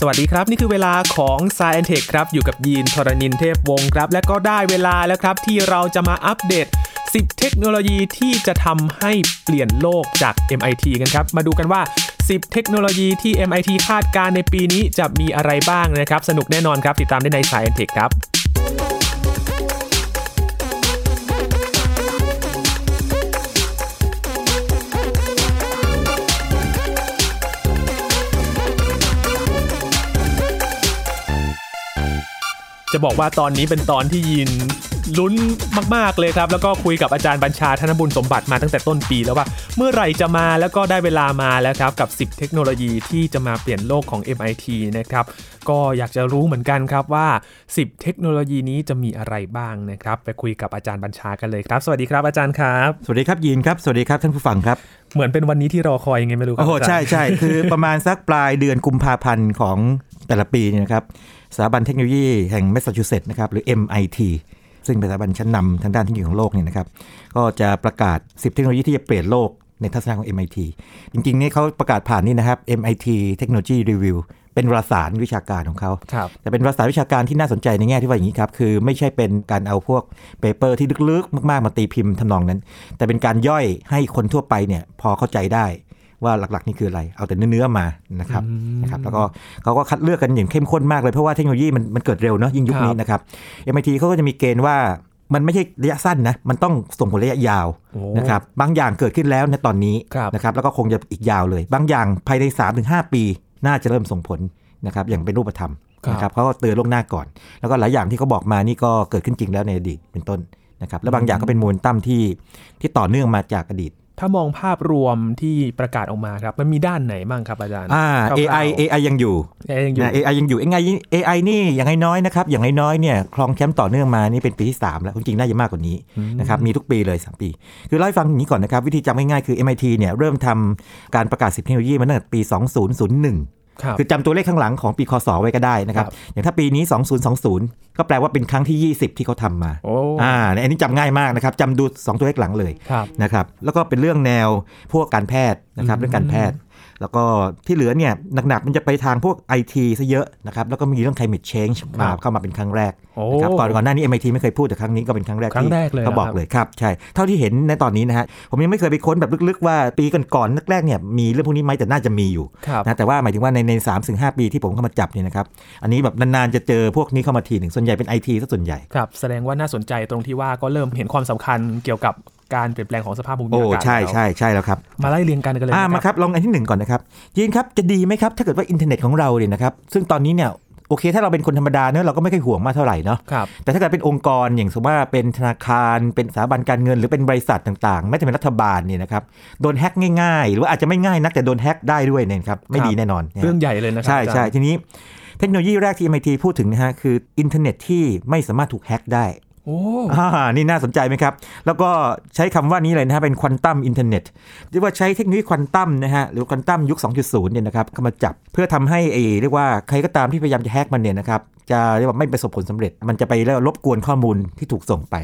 สวัสดีครับ นี่คือเวลาของ s ซ n t e c h ครับ อยู่กับยีนทรณินเทพวงศ์ครับ และก็ได้เวลาแล้วครับ ที่เราจะมาอัปเดต 10 เทคโนโลยีที่จะทำให้เปลี่ยนโลกจาก MIT กันครับ มาดูกันว่า 10 เทคโนโลยีที่ MIT คาดการณ์ในปีนี้จะมีอะไรบ้างนะครับ สนุกแน่นอนครับ ติดตามได้ใน s ซ n t e c h ครับ จะบอกว่าตอนนี้เป็นตอนที่ยินลุ้นมาก ๆ เลยครับ แล้วก็คุยกับอาจารย์บัญชาธนบุญสมบัติมาตั้งแต่ต้นปีแล้วว่า เมื่อไหร่จะมาแล้วก็ได้เวลามาแล้วครับ กับ 10 เทคโนโลยีที่จะมาเปลี่ยนโลกของ MIT นะครับ ก็อยากจะรู้เหมือนกันครับว่า 10 เทคโนโลยีนี้จะมีอะไรบ้างนะครับ ไปคุยกับอาจารย์บัญชากันเลยครับ สวัสดีครับอาจารย์ครับ สวัสดีครับยีนครับ สวัสดีครับท่านผู้ฟังครับ เหมือนเป็นวันนี้ที่รอคอยยังไงไม่รู้ครั โอ้ บ โห อาจารย์ ใช่ใช่ คือประมาณสักปลายเดือนกุมภาพันธ์ของแต่ละปีเนี่ยนะครับสถาบันเทคโนโลยีแห่งแมสซาชูเซตส์นะครับหรือ MIT ซึ่งเป็นสถาบันชั้นนำทางด้านเทคโนโลยีของโลกเนี่ยนะครับก็จะประกาศ 10 เทคโนโลยีที่จะเปลี่ยนโลกในทัศนะของ MIT จริงๆนี่เขาประกาศผ่านนี่นะครับ MIT Technology Review เป็นวารสารวิชาการของเขา ครับ แต่เป็นภาษาวิชาการที่น่าสนใจในแง่ที่ว่าอย่างนี้ครับ คือไม่ใช่เป็นการเอาพวกเปเปอร์ที่ลึกๆ มากๆ มาตีพิมพ์ทำนองนั้น แต่เป็นการย่อยให้คนทั่วไปเนี่ยพอเข้าใจได้ว่าหลักๆ นี่คืออะไร เอาแต่เนื้อๆมานะครับนะครับ แล้วก็เขาก็คัดเลือกกันอย่างเข้มข้นมากเลย เพราะว่าเทคโนโลยีมันมันเกิดเร็วเนาะยิ่งยุคนี้นะครับ MIT เขาก็จะมีเกณฑ์ว่ามันไม่ใช่ระยะสั้นนะมันต้องส่งผลระยะยาว โอ้ นะครับบางอย่างเกิดขึ้นแล้วในตอนนี้ ครับ นะครับแล้วก็คงจะอีกยาวเลย บางอย่างภายใน 3-5 ปี น่าจะเริ่มส่งผลนะครับอย่างเป็นรูปธรรม ครับ นะครับเขาก็เตือนล่วงหน้าก่อน แล้วก็หลายอย่างที่เขาบอกมานี่ก็เกิดขึ้นจริงแล้วในอดีตเป็นต้นนะครับและบางอย่างก็เป็นโมูลตั้มที่ที่ต่อเนื่องมาจากอดีต ถ้ามองภาพรวมที่ประกาศออกมาครับมันมีด้านไหนบ้างครับอาจารย์ อ่า คร่วๆ AI AI ยังอยู่ AI ยังอยู่ นะ AI ยังอยู่ AI นี่ AI นี่อย่างน้อยๆนะครับอย่างน้อยๆเนี่ยครองแชมป์ต่อเนื่องมานี่เป็นปีที่ 3 แล้วจริงๆน่าจะมากกว่านี้นะครับมีทุกปีเลย 3 ปี คือเล่าให้ฟังอย่างนี้ก่อนนะครับวิธีจำง่ายๆคือ MIT เนี่ยเริ่มทำการประกาศ10เทคโนโลยีมาตั้งแต่ปี 2001 ครับ คือจำตัวเลขข้างหลังของปีคศไว้ก็ได้นะครับ ครับ อย่างถ้าปีนี้ 2020 ก็แปลว่าเป็นครั้งที่ 20 ที่เขาทำมา โอ้ อ่าอันนี้จำง่ายมากนะครับจำดู 2 ตัวเลขหลังเลย ครับ นะครับ แล้วก็เป็นเรื่องแนวพวกการแพทย์นะครับเรื่องการแพทย์ แล้วก็ที่เหลือเนี่ยหนักๆมันจะไปทางพวก IT ซะเยอะนะครับ แล้วก็มีเรื่อง climate change มา ครับ เข้ามาเป็นครั้งแรก โอ้ นะครับก่อนก่อนหน้านี้ MIT ไม่เคยพูดแต่ครั้งนี้ก็เป็นครั้งแรก ครั้ง ที่ แรกเลย เขาบอ นะค ก รับ เลยครับใช่เท่าที่เห็นในตอนนี้นะฮะผมยังไม่เคยไปค้นแบบลึกๆว่าปีก่อนๆแรกๆเนี่ยมีเรื่องพวกนี้ไหมแต่น่าจะมีอยู่ ครับ นะแต่ว่าหมายถึงว่าในในสามถึงห้าปีที่ผมเข้ามาจับเนี่ยนะครับ อันนี้แบบนานๆจะเจอพวกนี้เข้ามาทีหนึ่งส่วนใหญ่เป็นไอทีซะส่วนใหญ่ ครับ แสดงว่าน่าสนใจตรงที่ว่าก็เริ่มเห็นความสำคัญเกี่ยวกับการเปลี่ยนแปลงของสภาพภูมิ โอ้ อากาศ ใช่ แล้ว ใช่ใช่แล้วครับ มาไล่เรียงกันกันเลย อ่า นะ มาครับลองอันที่หนึ่งก่อนนะครับยีนครับจะดีไหมครับถ้าเกิดว่าอินเทอร์เน็ตของเราเนี่ยนะครับ ซึ่งตอนนี้เนี่ยโอเค ถ้าเราเป็นคนธรรมดาเนอะเราก็ไม่ค่อยห่วงมากเท่าไหร่เนาะ ครับ แต่ถ้าเกิดเป็นองค์กรอย่างสมมติว่าเป็นธนาคารเป็นสถาบันการเงินหรือเป็นบริษัทต่างๆแม้แต่เป็นรัฐบาลเนี่ยนะครับโดนแฮ็กง่ายๆ หรือว่าอาจจะไม่ง่ายนักแต่โดนแฮ็กได้ด้วยเนี่ยนะครับไม่ ครับ ดีแน่นอนนะฮะ เรื่องใหญ่เลยนะครั ใช่ใช่ อาจารย์ ทีนี้เทคโนโลยีแรกที่ MIT พูดถึงนะฮะ คืออินเทอร์เน็ตที่ไม่สามารถถูกแฮ็กได้ โอ้ อ่านี่น่าสนใจไหมครับ แล้วก็ใช้คำว่านี้เลยนะฮะ เป็นควอนตัมอินเทอร์เน็ตเรียกว่าใช้เทคโนโลยีควอนตัมนะฮะ หรือควอนตัมยุค 2.0 เนี่ยนะครับ เข้ามาจับเพื่อทำให้ไอ้เรียกว่าใครก็ตามที่พยายามจะแฮ็กมันเนี่ยนะครับ จะเรียกว่าไม่ประสบผลสำเร็จ มันจะไปแล้วรบกวนข้อมูลที่ถูกส่งไป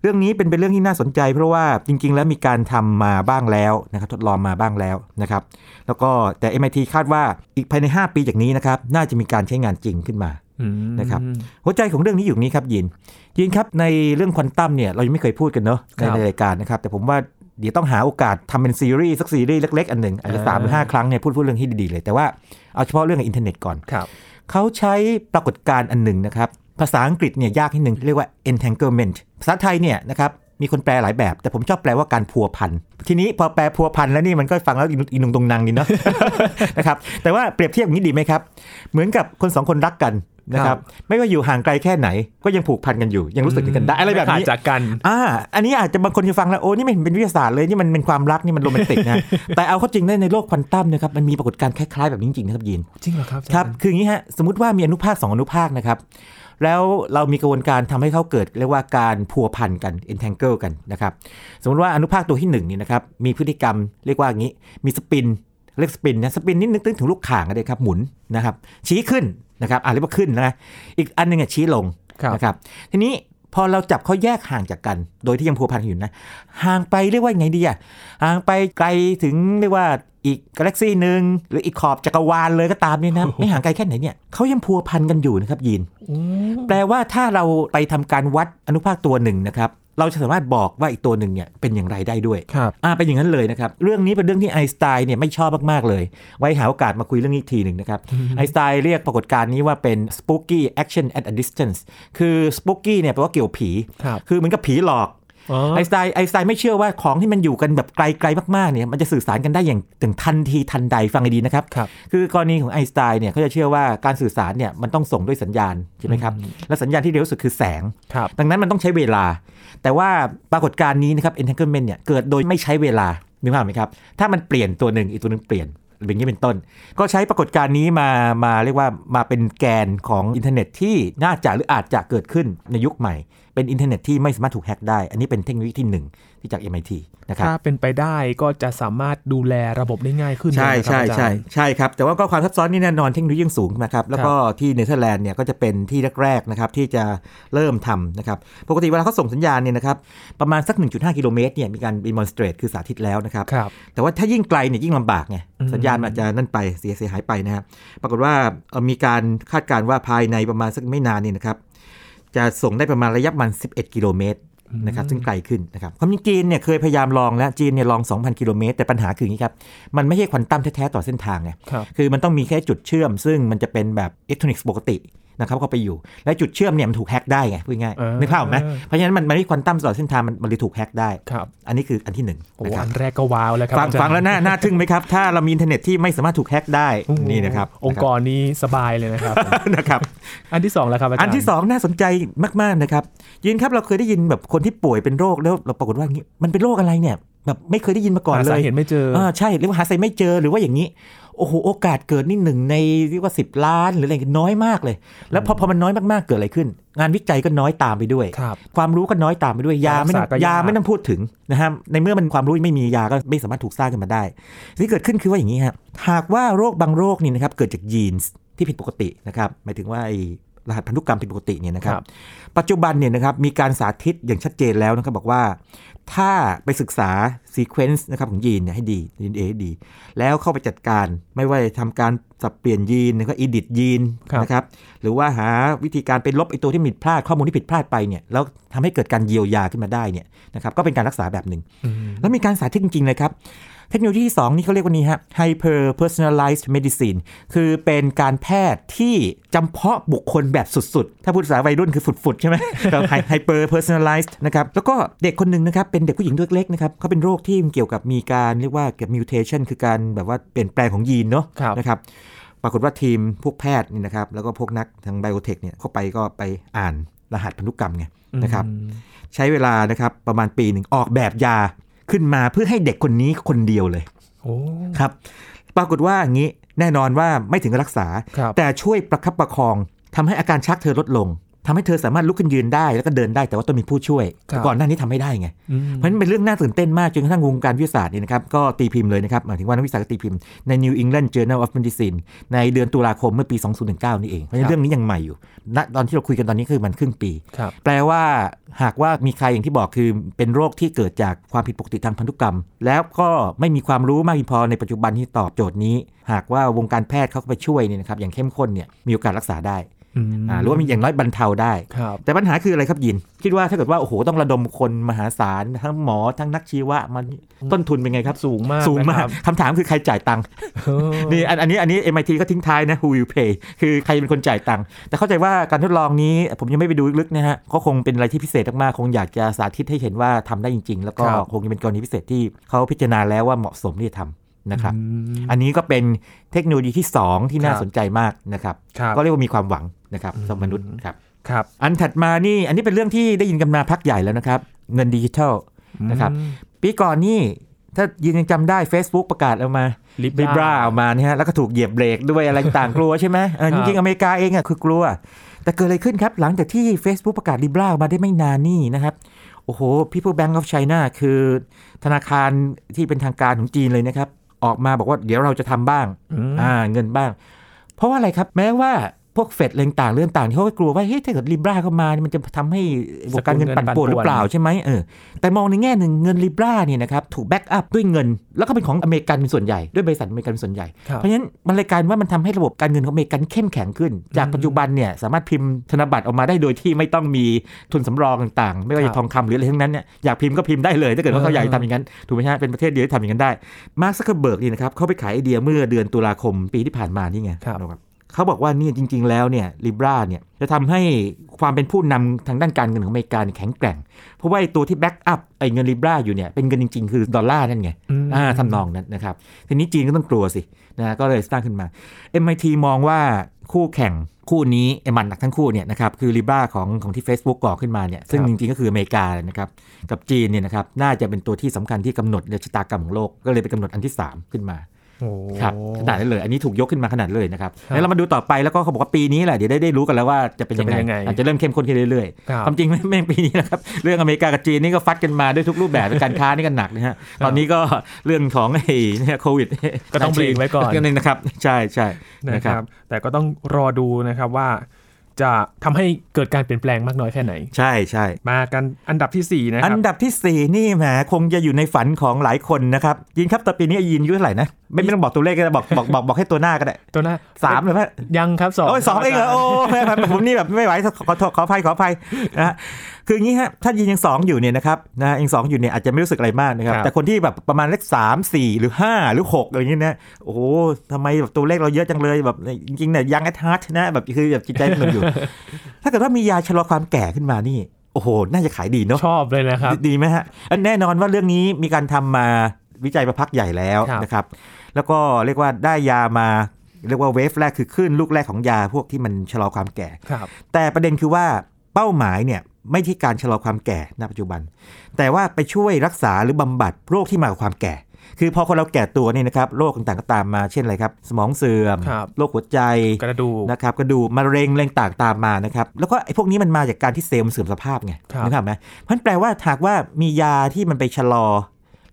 เรื่องนี้เป็นเป็นเรื่องที่น่าสนใจ เพราะว่าจริง ๆ แล้วมีการทำมาบ้างแล้วนะครับทดลองมาบ้างแล้วนะครับแล้วก็แต่ MIT คาดว่าอีกภายใน 5 ปีจากนี้นะครับน่าจะมีการใช้งานจริงขึ้นมา อืม นะครับ หัวใจของเรื่องนี้อยู่ตรงนี้ครับยินยินครับในเรื่องควอนตัมเนี่ยเรายังไม่เคยพูดกันเนาะในในรายการนะครับแต่ผมว่าเดี๋ยวต้องหาโอกาสทำเป็นซีรีส์สักซีรีส์เล็กๆ อันหนึ่งอาจจะสามหรือห้าครั้งเนี่ยพูดพูดเรื่องที่ดีๆเลยแต่ว่าเอาเฉพาะเรื่องอินเทอร์เน็ตก่อน ครับ เขาใช้ปรากฏการณ์อันหนึ่งนะครับ ภาษาอังกฤษเนี่ยยากนิดหนึ่งเรียกว่า entanglement ภาษาไทยเนี่ยนะครับมีคนแปลหลายแบบ แต่ผมชอบแปลว่าการพัวพัน ทีนี้พอแปลพัวพันแล้วนี่มันก็ฟังแล้วอินุงตรงนังนี่เนาะ นะครับแต่ว่าเปรียบเทียบอย่างนี้ดีไหมครับ เหมือนกับคนสองคนรักกันนะค ครั รับ บไม่ว่าอยู่ห่างไกลแค่ไหน ก็ยังผูกพันกันอยู่ ยังรู้สึกถึงกันได้อะไรแบบ ม่ขา นี้ ดจากกัน อ่า อันนี้อาจจะบางคนจะฟังแล้วโอ้นี่ไม่เห็นเป็นวิทยาศาสตร์เลยนี่มันเป็นความรักนี่มันโรแมนติกนะ แต่เอาเข้าจริงในในโลกควอนตัมเนะครับมันมีปรากฏการณ์คล้ายๆแบบนี้จริงๆนะครับยีน จริงเหรอครับ ครับ คืออย่างนี้ฮะ สมมติว่ามีอนุภาค 2 อนุภาคนะครับ แล้วเรามีกระบวนการทำให้เขาเกิดเรียกว่าการพัวพันกัน entangle กันนะครับ สมมติว่าอนุภาคตัวที่1นี่นะครับ มีพฤติกรรมเรียกว่าอย่างนี้ มีสปิน เรียกสปินนะ สปินนี่นึกถึงลูกข่างก็ได้ครับ หมุนนะครับ ชี้ขึ้นนะครับอ่าเรียกว่าขึ้นนะ อีกอันหนึงอ่ะชี้ลง ครับ นะครับ ทีนี้ พอเราจับเขาแยกห่างจากกัน โดยที่ยังพัวพันกันอยู่นะ ห่างไปเรียกว่าไงดีอะห่างไปไกลถึงเรียกว่าอีกกาแล็กซีหนึ่งหรืออีกขอบจักรวาลเลยก็ตามเนี่ยนะ ไม่ห่างไกลแค่ไหนเนี่ยเขายังพัวพันกันอยู่นะครับยีน แปลว่าถ้าเราไปทำการวัดอนุภาคตัวหนึ่งนะครับเราจะสามารถบอกว่าอีกตัวหนึ่งเนี่ยเป็นอย่างไรได้ด้วย ครับ อ่าเป็นอย่างนั้นเลยนะครับ เรื่องนี้เป็นเรื่องที่ไอน์สไตน์เนี่ยไม่ชอบมากๆเลย ไว้หาโอกาสมาคุยเรื่องนี้อีกทีหนึ่งนะครับ ไอน์สไตน์เรียกปรากฏการณ์นี้ว่าเป็น spooky action at a distance คือ spooky เนี่ยแปลว่าเกี่ยวผี ครับ คือเหมือนกับผีหลอก อ๋อ ไอน์สไตน์ไอน์สไตน์ไม่เชื่อว่าของที่มันอยู่กันแบบไกลๆมากๆเนี่ยมันจะสื่อสารกันได้อย่างถึงทันทีทันใดฟังให้ดีนะครับ ครับ คือกรณีของไอน์สไตน์เนี่ยเขาจะเชื่อว่าการสื่อสารเนี่ยมันต้องส่งด้วยสัญญาณใช่ไหมครับและสัญญาณที่เร็วที่สุดคือแสง ครับ ดังนั้นมันต้องใช้เวลา แต่ว่าปรากฏการณ์นี้นะครับ entanglement เนี่ยเกิดโดยไม่ใช้เวลานึกภาพไหมครับ ถ้ามันเปลี่ยนตัวหนึ่งอีกตัวหนึ่งเปลี่ยนอย่างนี้เป็นต้น ก็ใช้ปรากฏการณ์นี้มามาเรียกว่ามาเป็นแกนของอินเทอร์เน็ตที่น่าจะหรืออาจจะเกิดขึ้นในยุคใหม่ เป็นอินเทอร์เน็ตที่ไม่สามารถถูกแฮ็กได้ อันนี้เป็นเทคโนโลยีที่หนึ่งที่จาก MIT นะครับ ถ้าเป็นไปได้ก็จะสามารถดูแลระบบได้ง่ายขึ้น ใช่ เลยนะครับ ใช่ อาจารย์ ใช่ใช่ครับ แต่ว่าก็ความซับซ้อนนี่แน่นอนเทคโนโลยียังสูงนะครับ แล้วก็ที่เนเธอร์แลนด์เนี่ยก็จะเป็นที่แรกๆนะครับที่จะเริ่มทำนะครับ ปกติเวลาเขาส่งสัญญาณเนี่ยนะครับ ประมาณสัก 1.5 กิโลเมตรเนี่ยมีการ demonstrate คือสาธิตแล้วนะครับ ครับ แต่ว่าถ้ายิ่งไกลเนี่ยยิ่งลำบากไงสัญญาณมันอาจจะนั่นไปเสียเสียหายไปนะครับปรากฏว่าเอ่อมีการคาดการณ์ว่าภายในประมาณสักไม่นานเนี่ยนะครับ จะส่งได้ประมาณระยะประมัน 11 กิโลเมตรนะครับซึ่งไกลขึ้นนะครับความจริงจีนเนี่ยเคยพยายามลองแล้วจีนเนี่ยลอง 2,000 กิโลเมตรแต่ปัญหาคืออย่างนี้ครับ มันไม่ใช่ควอนตัมแท้ ๆ ต่อเส้นทางไง ครับ คือมันต้องมีแค่จุดเชื่อม ซึ่งมันจะเป็นแบบอิเล็กทรอนิกส์ปกตินะครับเข้าไปอยู่ และจุดเชื่อมเนี่ยมันถูกแฮ็กได้ไงพูดง่าย เออ นึกภาพออกไหมเพราะฉะนั้นมันมันไม่ควอนตัมตลอดเส้นทางมันมันเลยถูกแฮ็กได้ ครับ อันนี้คืออันที่หนึ่ง โอ้ นะ โห ครับ อันแรกก็ว้าวแล้วครับ ฟัง อาจารย์ ฟังแล้วน่าน่าทึ่งไหมครับ ถ้าเรามีอินเทอร์เน็ตที่ไม่สามารถถูกแฮ็กได้ โอ้โห นี่นะครับ องค์กรนี้สบายเลยนะครับ นะครับ อันที่สองแล้วครับอาจารย์ อันที่ 2 น่าสนใจมาก ๆ นะครับ ยินครับเราเคยได้ยินแบบคนที่ป่วยเป็นโรคแล้วเราปรากฏว่าอย่างงี้มันเป็นโรคอะไรเนี่ยแบบไม่เคยได้ยินมาก่อน หา เล สาย เหตุไม่เจออ อ่าใช่หรือว่าหาสาเหตุไม่เจอหรือว่าอย่างนี้ โอ้โห โอกาสเกิดนี่หนึ่งในเรียกว่า 10 ล้านหรืออะไรน้อยมากเลย แล้วพอพอมันน้อยมากๆเกิดอะไรขึ้น งานวิจัยก็น้อยตามไปด้วย ครับ ความรู้ก็น้อยตามไปด้วยยาไม่ต้ รั อษากก็ ง ยาก ยาไม่ต้องพูดถึงนะฮะในเมื่อมันความรู้ไม่มียาก็ไม่สามารถถูกสร้างขึ้นมาได้สิ่งที่เกิดขึ้นคือว่าอย่างนี้ฮะหากว่าโรคบางโรคนี่นะครับเกิดจากยีนส์ที่ผิดปกตินะครับหมายถึงว่าไอ้รหัสพันธุกรรมผิดปกติเนี่ยนะครับ ปัจจุบันเนี่ยนะครับมีการสาธิตอย่างชัดเจนแล้วนะครับบอกว่า ถ้าไปศึกษาซีเควนซ์นะครับของยีนเนี่ยให้ดี DNA ให้ดี แล้วเข้าไปจัดการไม่ว่าจะทำการสับเปลี่ยนยีนแล้วก็อีดิทยีน ครับ นะครับหรือว่าหาวิธีการไปลบไอตัวที่ผิดพลาดข้อมูลที่ผิดพลาดไปเนี่ยแล้วทำให้เกิดการเยียวยาขึ้นมาได้เนี่ยนะครับก็เป็นการรักษาแบบหนึ่ง อืม แล้วมีการสาธิตจริง ๆ เลยครับ เทคโนโลยีที่ 2 นี่เขาเรียกว่านี้ฮะ hyper personalized medicine คือเป็นการแพทย์ที่จำเพาะบุคคลแบบสุด ๆ ถ้าพูดภาษาวัยรุ่นคือฝุด ๆ ใช่ไหม แบบ hyper personalized นะครับ แล้วก็เด็กคนหนึ่งนะครับ เป็นเด็กผู้หญิงตัวเล็กๆนะครับเขาเป็นโรคที่เกี่ยวกับมีการเรียกว่าเกี่ยวกับ mutation คือการแบบว่าเปลี่ยนแปลงของยีนเนาะ ครับ นะครับ ปรากฏว่าทีมพวกแพทย์นี่นะครับแล้วก็พวกนักทางไบโอเทคเนี่ยเข้าไปก็ไปอ่านรหัสพันธุกรรมไงนะครับ อืม ใช้เวลานะครับประมาณปีหนึ่งออกแบบยาขึ้นมาเพื่อให้เด็กคนนี้คนเดียวเลย โอ้ ครับปรากฏว่าอย่างนี้แน่นอนว่าไม่ถึงกับรักษา ครับ แต่ช่วยประคับประคองทำให้อาการชักเธอลดลงทำให้เธอสามารถลุกขึ้นยืนได้แล้วก็เดินได้แต่ว่าต้องมีผู้ช่วย ครับ ก่อนหน้านี้ทำไม่ได้ไง อืม เพราะฉะนั้นเป็นเรื่องน่าตื่นเต้นมากจนกระทั่งวงการวิทยาศาสตร์เนี่ยนะครับก็ตีพิมพ์เลยนะครับหมายถึงว่านักวิชาการตีพิมพ์ใน New England Journal of Medicine ในเดือนตุลาคมเมื่อปี 2019 นี่เอง เพราะฉะนั้ ครั น บ เรื่องนี้ยังใหม่อยู่ณตอนที่เราคุยกันตอนนี้คือมันครึ่งปี ครับ แปลว่าหากว่ามีใครอย่างที่บอกคือเป็นโรคที่เกิดจากความผิดปกติทางพันธุกรรม แล้วก็ไม่มีความรู้มากเพียงพอในปัจจุบันที่ตอบโจทย์นี้ หากว่าวงการแพทย์เขาไปช่วยเนี่ยนะครับอย่างเข้มข้นเนี่ยมีโอกาสรักษาได้ อืม อ่าหรือว่ามีอย่างน้อยบรรเทาได้ ครับ แต่ปัญหาคืออะไรครับยิน คิดว่าถ้าเกิดว่า โอ้โห ต้องระดมคนมหาศาล ทั้งหมอทั้งนักชีวะมันต้นทุนเป็นไงครับ สูงมาก สูงนะมากครับ คำถามคือใครจ่ายตังค์ เออ นี่อันอันนี้อันนี้ MIT ก็ทิ้งท้ายนะ who will pay คือใครเป็นคนจ่ายตังค์แต่เข้าใจว่าการทดลองนี้ผมยังไม่ไปดูลึกๆนะฮะก็คงเป็นอะไรที่พิเศษมากๆคงอยากจะสาธิตให้เห็นว่าทำได้จริง ๆ แล้วก็คงจะเป็นกรณีพิเศษที่เขาพิจารณาแล้วว่าเหมาะสมที่จะทำนะครับ อืม อันนี้ก็เป็นเทคโนโลยีที่สองที่น่า ครับ สนใจมากนะครับ ครับ ก็เรียกว่ามีความหวังนะครับสำหรับมนุษย์ครับ ครับ อันถัดมานี่อันนี้เป็นเรื่องที่ได้ยินกันมาพักใหญ่แล้วนะครับ เงินดิจิทัลนะครับ อืม ปีก่อนนี่ถ้ายืนยังจำได้ Facebook ประกาศออกมา Libra บิบราออกมาเนี่ยฮะแล้วก็ถูกเหยียบเบรกด้วยอะไรต่างๆ กลัวใช่ไหมเออ ค จ รับ ริงๆ อเมริกาเองอ่ะคือกลัว แต่เกิดอะไรขึ้นครับ หลังจากที่ Facebook ประกาศลิบราออกมาได้ไม่นานนี่นะครับ โอ้โห People Bank of China คือธนาคารที่เป็นทางการของจีนเลยนะครับ ออกมาบอกว่าเดี๋ยวเราจะทำบ้าง อืม อ่าเงินบ้าง เพราะว่าอะไรครับแม้ว่าพ วกเฟดเรื่องต่างเรื่องต่างที่เขาก็กลัวว่าเฮ้ยถ้าเกิดลิบราเข้ามาเนี่ยมันจะทำให้วงการเงินปั่นป่วนหรือเปล่าใช่ไหมเออแต่มองในแง่หนึ่งเงินลิบราเนี่ยนะครับถูกแบ็กอัพด้วยเงิน แล้วก็เป็นของอเมริกันเป็นส่วนใหญ่ด้วยบริษัทอเมริกันเป็นส่วนใหญ่ ครับ เพราะฉะนั้นมันเลยกลายเป็นว่ามันทำให้ระบบการเงินของอเมริกันเข้มแข็งขึ้น จากปัจจุบันเนี่ยสามารถพิมพ์ธนบัตรออกมาได้โดยที่ไม่ต้องมีทุนสำรองต่างๆ ไม่ว่า ครั จะ บ ทองคำหรืออะไรทั้งนั้นเนี่ยอยากพิมพ์ก็พิมพ์ได้เลยถ้าเกิดว่าเขา เออ อยากจะทำอย่างนั้นถูกไหมฮะเป็นประเทศเดียวที่ทำอย่างนั้นได้มาร์คซักเคอร์เบิร์กนี่นะครับเขาไปขายไอเดียเมื่อเดือนตุลาคมปีที่ผ่านมานี่ไง ครับ เขาบอกว่าเนี่ยจริง ๆ แล้วเนี่ยลิบราเนี่ยจะทำให้ความเป็นผู้นำทางด้านการเงินของอเมริกาเนี่ยแข็งแกร่ง เพราะว่าไอ้ตัวที่แบ็กอัพไอ้เงินลิบราอยู่เนี่ยเป็นเงินจริง ๆ คือดอลลาร์นั่นไง อืม อ่าทำนองนั้นนะครับ ทีนี้จีนก็ต้องกลัวสินะก็เลยสร้างขึ้นมา MIT มองว่าคู่แข่งคู่นี้ไอ้มันหนักทั้งคู่เนี่ยนะครับคือลิบราของของที่ Facebook ก่อขึ้นมาเนี่ยซึ่ง ครับ จริงๆก็คืออเมริกานะครับกับจีนเนี่ยนะครับน่าจะเป็นตัวที่สำคัญที่กำหนดชะตากรรมของโลกก็เลยไปกำหนดอันที่สามขึ้นมา โอ้ ครับขนาดนั้นเลย อันนี้ถูกยกขึ้นมาขนาดเลยนะครับ ครับ แล้วเรามาดูต่อไปแล้วก็เขาบอกว่าปีนี้แหละเดี๋ยวได้ได้รู้กันแล้วว่าจะเป็นยัง จะเป็นยังไง ไงอาจจะเริ่มเข้มข้นขึ้นเรื่อย ครับ ๆความจริงไม่ไม่ปีนี้นะครับ เรื่องอเมริกากับจีนนี่ก็ฟัดกันมาด้วยทุกรูปแบบ การค้านี่กันหนักนะฮะตอนนี้ก็เรื่องของไอ้เนี่ยโควิด ก็ต้องเบรกไว้ก่อน นึงนะครับ ใช่ใช่ นะ นะ ค ค รั รับ บ แต่ก็ต้องรอดูนะครับว่า จะทำให้เกิดการเปลี่ยนแปลงมากน้อยแค่ไหน ใช่ใช่ มากันอันดับที่ 4 นะค อั รับ นดับทีสี่4 นี่แหมคงจะอยู่ในฝันของหลายคนนะครับยินครับต่อปีนี้ยินอายุเท่าไหร่นะไม่ไม่ต้องบอกตัวเลขก็ได้บอกบอกบอกบอกให้ตัวหน้าก็ได้ ตัวหน้า สามเลยไหม ยังครับสอง โอ้ยสองเองเหรอโอ้แม่ผมนี่แบบไม่ไหวขอโทษขออภัยขออภัยนะฮะคืออย่างนี้ฮะถ้ายิงยังสองอยู่เนี่ยนะครับนะยังสองอยู่เนี่ยอาจจะไม่รู้สึกอะไรมากนะครับ แต่คนที่แบบประมาณเลขสามสี่หรือห้าหรือหกอะไรอย่างเงี้ยนะโอ้โหทำไมแบบตัวเลขเราเยอะจังเลยแบบจริงๆเนี่ยยังแอทฮาร์ทนะแบบคือแบบจิตใจมันอยู่ ถ้าเกิดว่ามียาชะลอความแก่ขึ้นมานี่ โอ้โห น่าจะขายดีเนาะ ชอบเลยนะครับ ดีดีไหมฮะอันแน่นอนว่าเรื่องนี้มีการทำมาวิจัยมาพักใหญ่แล้ว ครับ นะครับ แล้วก็เรียกว่าได้ยามา เรียกว่าเวฟแรกคือขึ้นลูกแรกของยาพวกที่มันชะลอความแก่ ครับ แต่ประเด็นคือว่าเป้าหมายเนี่ยไม่ที่การชะลอความแก่ณปัจจุบัน แต่ว่าไปช่วยรักษาหรือบำบัดโรคที่มากับความแก่ คือพอคนเราแก่ตัวเนี่ยนะครับโรคต่างๆก็ตามมาเช่นอะไรครับสมองเสื่อม ครับ โรคหัวใจ กระดูก นะครับก็ดูกมะเร็งแรงต่างตามมานะครับ แล้วก็ไอ้พวกนี้มันมาจากการที่เซลล์มันเสื่อมสภาพไง ครับ นึกภาพไหมเพราะฉะนั้นแปลว่าหากว่ามียาที่มันไปชะลอ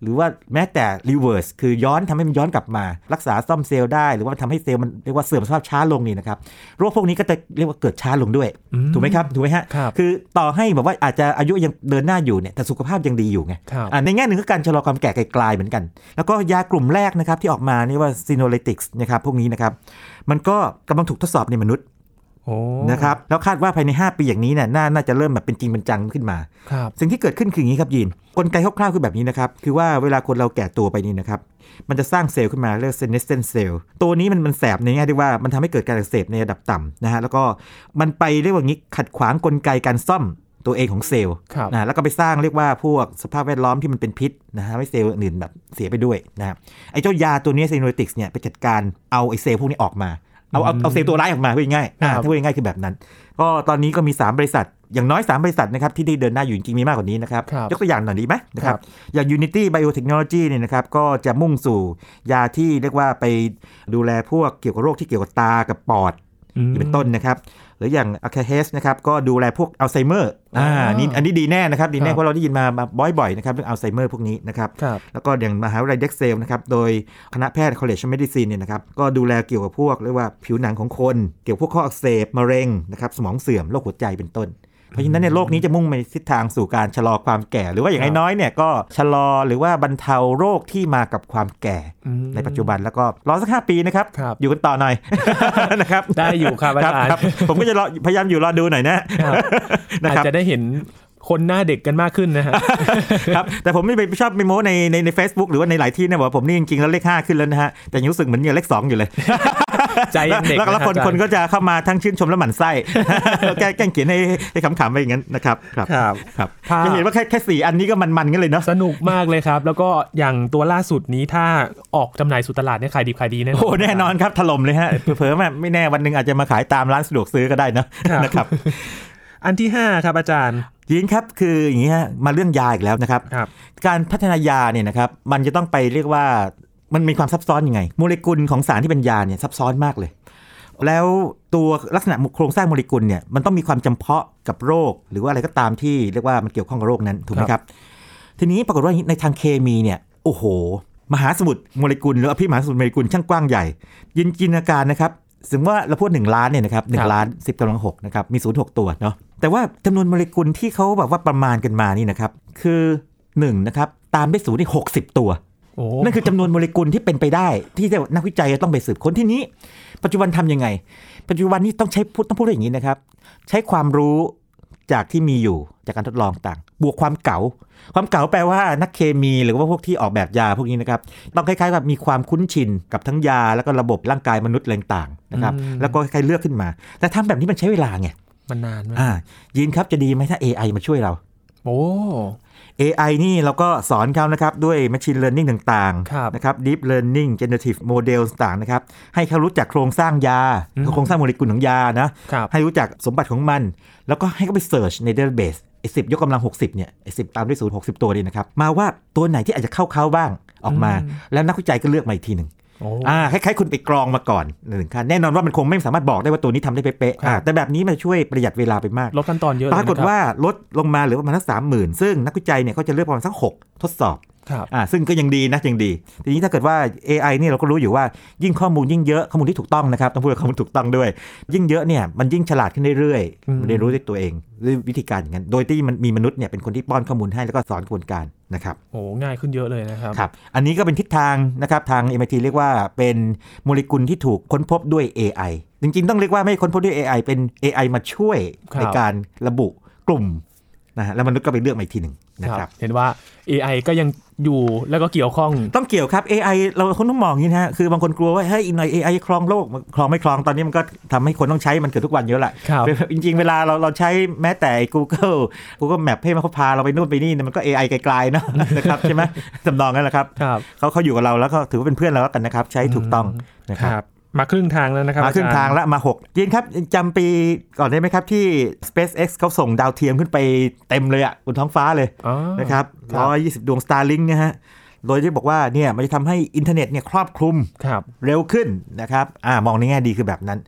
หรือว่าแม้แต่รีเวิร์สคือย้อนทำให้มันย้อนกลับมา รักษาซ่อมเซลล์ได้หรือว่าทำให้เซลล์มันเรียกว่าเสื่อมสภาพช้าลงนี่นะครับโรคพวกนี้ก็จะเรียกว่าเกิดช้าลงด้วย อื ถูกไหมครับถูกไหมฮะ ครับ คือต่อให้แบบว่าอาจจะอายุยังเดินหน้าอยู่เนี่ยแต่สุขภาพยังดีอยู่ไง ครับ อ่ะในแง่หนึ่งก็การชะลอความแก่ไกลๆเหมือนกัน แล้วก็ยากลุ่มแรกนะครับที่ออกมานี่ว่าซีโนเลติกส์นะครับพวกนี้นะครับ มันก็กำลังถูกทดสอบในมนุษย์ โอ้ นะครับ แล้วคาดว่าภายใน 5 ปีอย่างนี้เนี่ยนาน่าจะเริ่มแบบเป็นจริงเป็นจังขึ้นมา ครับ สิ่งที่เกิดขึ้นคืออย่างนี้ครับยีนกลไกคร่าวๆคือแบบนี้นะครับ คือว่าเวลาคนเราแก่ตัวไปนี่นะครับ มันจะสร้างเซลล์ขึ้นมาเรียก senescent cell ตัวนี้มันมันแสบในแง่ที่ว่ามันทำให้เกิดการอักเสบในระดับต่ำนะฮะแล้วก็มันไปเรียกว่างี้ขัดขวางกลไกการซ่อมตัวเองของเซลล์ ครับ นะแล้วก็ไปสร้างเรียกว่าพวกสภาพแวดล้อมที่มันเป็นพิษนะฮะให้เซลล์อื่นแบบเสียไปด้วยนะครับไอ้เจ้ายาตัวเนี้ senolytics เนี่ยไปจัดการเอาไอ้เซลล์พวกนี้ออกมาเอาเอาเอาเซลล์ตัวร้ายออกมาพูดง่ายๆอ่า ครับ ถ้าพูดง่ายๆคือแบบนั้น ก็ตอนนี้ก็มี 3 บริษัท อย่างน้อย 3 บริษัทนะครับที่ได้เดินหน้าอยู่จริงๆมีมากกว่านี้นะครับ ครับ ยกตัวอย่างหน่อยดีไหมนะครั ครับ บ อย่าง Unity Biotechnology เนี่ยนะครับก็จะมุ่งสู่ยาที่เรียกว่าไปดูแลพวกเกี่ยวกับโรคที่เกี่ยวกับตากับปอด อืม เป็นต้นนะครับ หรืออย่างอาคาเฮสนะครับก็ดูแลพวกอัลไซเมอร์อ่า อ๋ออั นี่อันนี้ดีแน่นะครับคดีรั แน่ บ เพราะเราได้ยินมามาบ่อยๆนะครับเรื่องอัลไซเมอร์พวกนี้นะครับ ครับ แล้วก็อย่างมหาวิทยาลัยเด็กเซลนะครับ โดยคณะแพทย์ College of Medicine เนี่ยนะครับ ก็ดูแลเกี่ยวกับพวกเรียกว่าผิวหนังของคน เกี่ยวกับพวกข้ออักเสบ มะเร็งนะครับ สมองเสื่อม โรคหัวใจเป็นต้น เพราะฉะนั้นเนี่ยโลกนี้จะมุ่งไปทิศทางสู่การชะลอความแก่ หรือว่าอย่าง ครับ น้อยๆเนี่ยก็ชะลอหรือว่าบรรเทาโรคที่มากับความแก่ อืม ในปัจจุบันแล้วก็รอสักห้าปีนะครับ ครับ อยู่กันต่อหน่อย นะครับ ได้อยู่ครับอาจารย์ คบผมก็จะรอพยายามอยู่รอดูหน่อยนะครับ นะ อาจ ครับ จะได้เห็นคนหน้าเด็กกันมากขึ้นนะ ฮะ ครับแต่ผมไม่ไปชอบไปโม้ในในในเฟซบุ๊กหรือว่าในหลายที่นะบอกว่าผมนี่จริงๆแล้วเลข 5 ขึ้นแล้วนะฮะ แต่ยังรู้สึกเหมือนยังเลข 2 อยู่เลย ใจยังเด็ก แล้วแล้วคน อาจารย์ คนก็จะเข้ามาทั้งชื่นชมและหมั่นไส้ แล้วแกล้งเขียนให้ให้ขำๆไปอย่างนั้นนะครับครับ ครับ ครับ ภาพ จะเห็นว่าแค่แค่สี่อันนี้ก็มันๆกันเลยเนาะ สนุกมากเลยครับ แล้วก็อย่างตัวล่าสุดนี้ถ้าออกจำหน่ายสู่ตลาดเนี่ยขายดีขายดีแน่นอน โอ้แน่น อนครับถล่มเลยฮะเผลอๆมาไม่แน่วันหนึ่งอาจจะมาขายตามร้านสะดวกซื้อก็ได้เนอะ ครับ นะครับ อันที่ห้าครับอาจารย์ ยินครับคืออย่างนี้ฮะมาเรื่องยาอีกแล้วนะครับ ครับ การพัฒนายาเนี่ยนะครับมันจะต้องไปเรียกว่ามันมีความซับซ้อนยังไง โมเลกุลของสารที่เป็นยาเนี่ยซับซ้อนมากเลย แล้วตัวลักษณะโครงสร้างโมเลกุลเนี่ยมันต้องมีความจำเพาะกับโรค หรือว่าอะไรก็ตามที่เรียกว่ามันเกี่ยวข้องกับโรคนั้นถูกไหมครับ ทีนี้ปรากฏว่าในทางเคมีเนี่ยโอ้โโห มหาสมุทรโมเลกุลหรืออภิมหาสมุทรโมเลกุลช่างกว้างใหญ่ ยินจินตนาการนะครับ สมมติว่าเราพูด 1 ล้านเนี่ยนะครับหนึ่ ครั ง บ ล้าน 10กำลัง6นะครับมี 0 6 ตัวเนาะแต่ว่าจำนวนโมเลกุลที่เขาแบบว่าประมาณกันมานี่นะครับคือ1นะครับตามด้วยศูนย์ที่60 ตัว โอ้ นั่นคือจำนวนโมเลกุลที่เป็นไปได้ที่นักวิจัยจะต้องไปสืบค้นที่นี้ ปัจจุบันทำยังไง ปัจจุบันนี่ต้องใช้พูดต้องพูดอย่างนี้นะครับ ใช้ความรู้จากที่มีอยู่จากการทดลองต่าง บวกความเก๋าความเก๋าแปลว่านักเคมีหรือว่าพวกที่ออกแบบยาพวกนี้นะครับต้องคล้ายๆกับมีความคุ้นชินกับทั้งยาแล้วก็ระบบร่างกายมนุษย์อะไรต่างๆนะครับ อืม แล้วก็ใครเลือกขึ้นมา แต่ทำแบบนี้มันใช้เวลาไง มันนานไหม อ่ายินครับจะดีไหมถ้า AI มาช่วยเรา โอ้ AI นี่เราก็สอนเขานะครับ ด้วย Machine Learning ต่าง ครับ ๆนะครับ Deep Learning Generative Model ต่างๆนะครับ ให้เขารู้จักโครงสร้างยา โครงสร้างโมเลกุลของยานะ ครับ ให้รู้จักสมบัติของมัน แล้วก็ให้เขาไปเสิร์ชในเดต้าเบสไอ้สิยกกำลัง 60 เนี่ยไอ้สิตามด้วยศูนย์หกสิบตัวเนี่ยนะครับ มาว่าตัวไหนที่อาจจะเข้าเขาบ้างออกมา อืม แล้วนักวิจัยก็เลือกมาอีกทีหนึ่ง โอ้ อ่าคล้ายๆคุณไปกรองมาก่อนหนึ่งขั้นแน่นอนว่ามันคงไม่สามารถบอกได้ว่าตัวนี้ทำได้เป๊ะๆ ครับ อ่าแต่แบบนี้มันช่วยประหยัดเวลาไปมาก ลดขั้นตอนเยอะ ป เลยนะ รากฏ คบ ว่าลดลงมาเหลือประมาณสักสามหมื่นซึ่งนักวิจัยเนี่ยเขาจะเลือกประมาณสัก 6 ทดสอบ ครับ อ่าซึ่งก็ยังดีนะยังดีทีนี้ถ้าเกิดว่า AI เนี่ยเราก็รู้อยู่ว่ายิ่งข้อมูลยิ่งเยอะข้อมูลที่ถูกต้องนะครับต้องพูดว่าข้อมูลถูกต้องด้วย ยิ่งเยอะเนี่ยมันยิ่งฉลาดขึ้นเรื่อย อืม ๆเรียนรู้ด้วยตัวเองด้วยวิธีการอย่างนั้นโดยที่มันมีมนุษย์เนี่ยเป็นคนที่ป้อนข้อมูลให้แล้วก็สอนกระบวนการนะครับ โอ้ง่ายขึ้นเยอะเลยนะครับ ครับ อันนี้ก็เป็นทิศทางนะครับทาง MIT เรียกว่าเป็นโมเลกุลที่ถูกค้นพบด้วย AI จริงๆ ต้องเรียกว่าไม่ค้นพบด้วย AI เป็น AI มาช่วย ครับ ในการระบุกลุ่มนะฮะแล้วมนุษย์ก็ไปเลือกมาอีกทีหนึ่งนะครับ เห็นว่า AI ก็ยังอยู่แล้วก็เกี่ยวข้อง ต้องเกี่ยวครับ AI เราคนต้องมองอย่างนี้นะฮะคือบางคนกลัวว่าเฮ้ยอีกหน่อย AI ครองโลกมันครองไม่ครองตอนนี้มันก็ทำให้คนต้องใช้มันเกือบทุกวันเยอะแหละ ครับ จริงๆ เวลาเราเราใช้แม้แต่ Google Google Map ให้มันพาเราไปนู่นไปนี่เนี่ยมันก็ AI ไกลๆเนาะ นะครับใช่ไหมจำลองนั่นแหละครับ ครับ เขาเขาอยู่กับเราแล้วก็ถือว่าเป็นเพื่อนเราแล้วกันนะครับ ใช้ถูกต้องนะค ครับรับ มาครึ่งทางแล้วนะครับ มาครึ่ง อจ ทาง รย์ ละมา6ยินครับจำปีก่อนได้ไหมครับที่ SpaceX เขาส่งดาวเทียมขึ้นไปเต็มเลยอะบนท้องฟ้าเลย อ๋อ นะครับ ครับ ร้อยยี่สิบดวง Starlink นะฮะโดยที่บอกว่าเนี่ยมันจะทำให้อินเทอร์เน็ตเนี่ยครอบคลุม ครับ เร็วขึ้นนะครับอ่ามองในแง่ดีคือแบบนั้น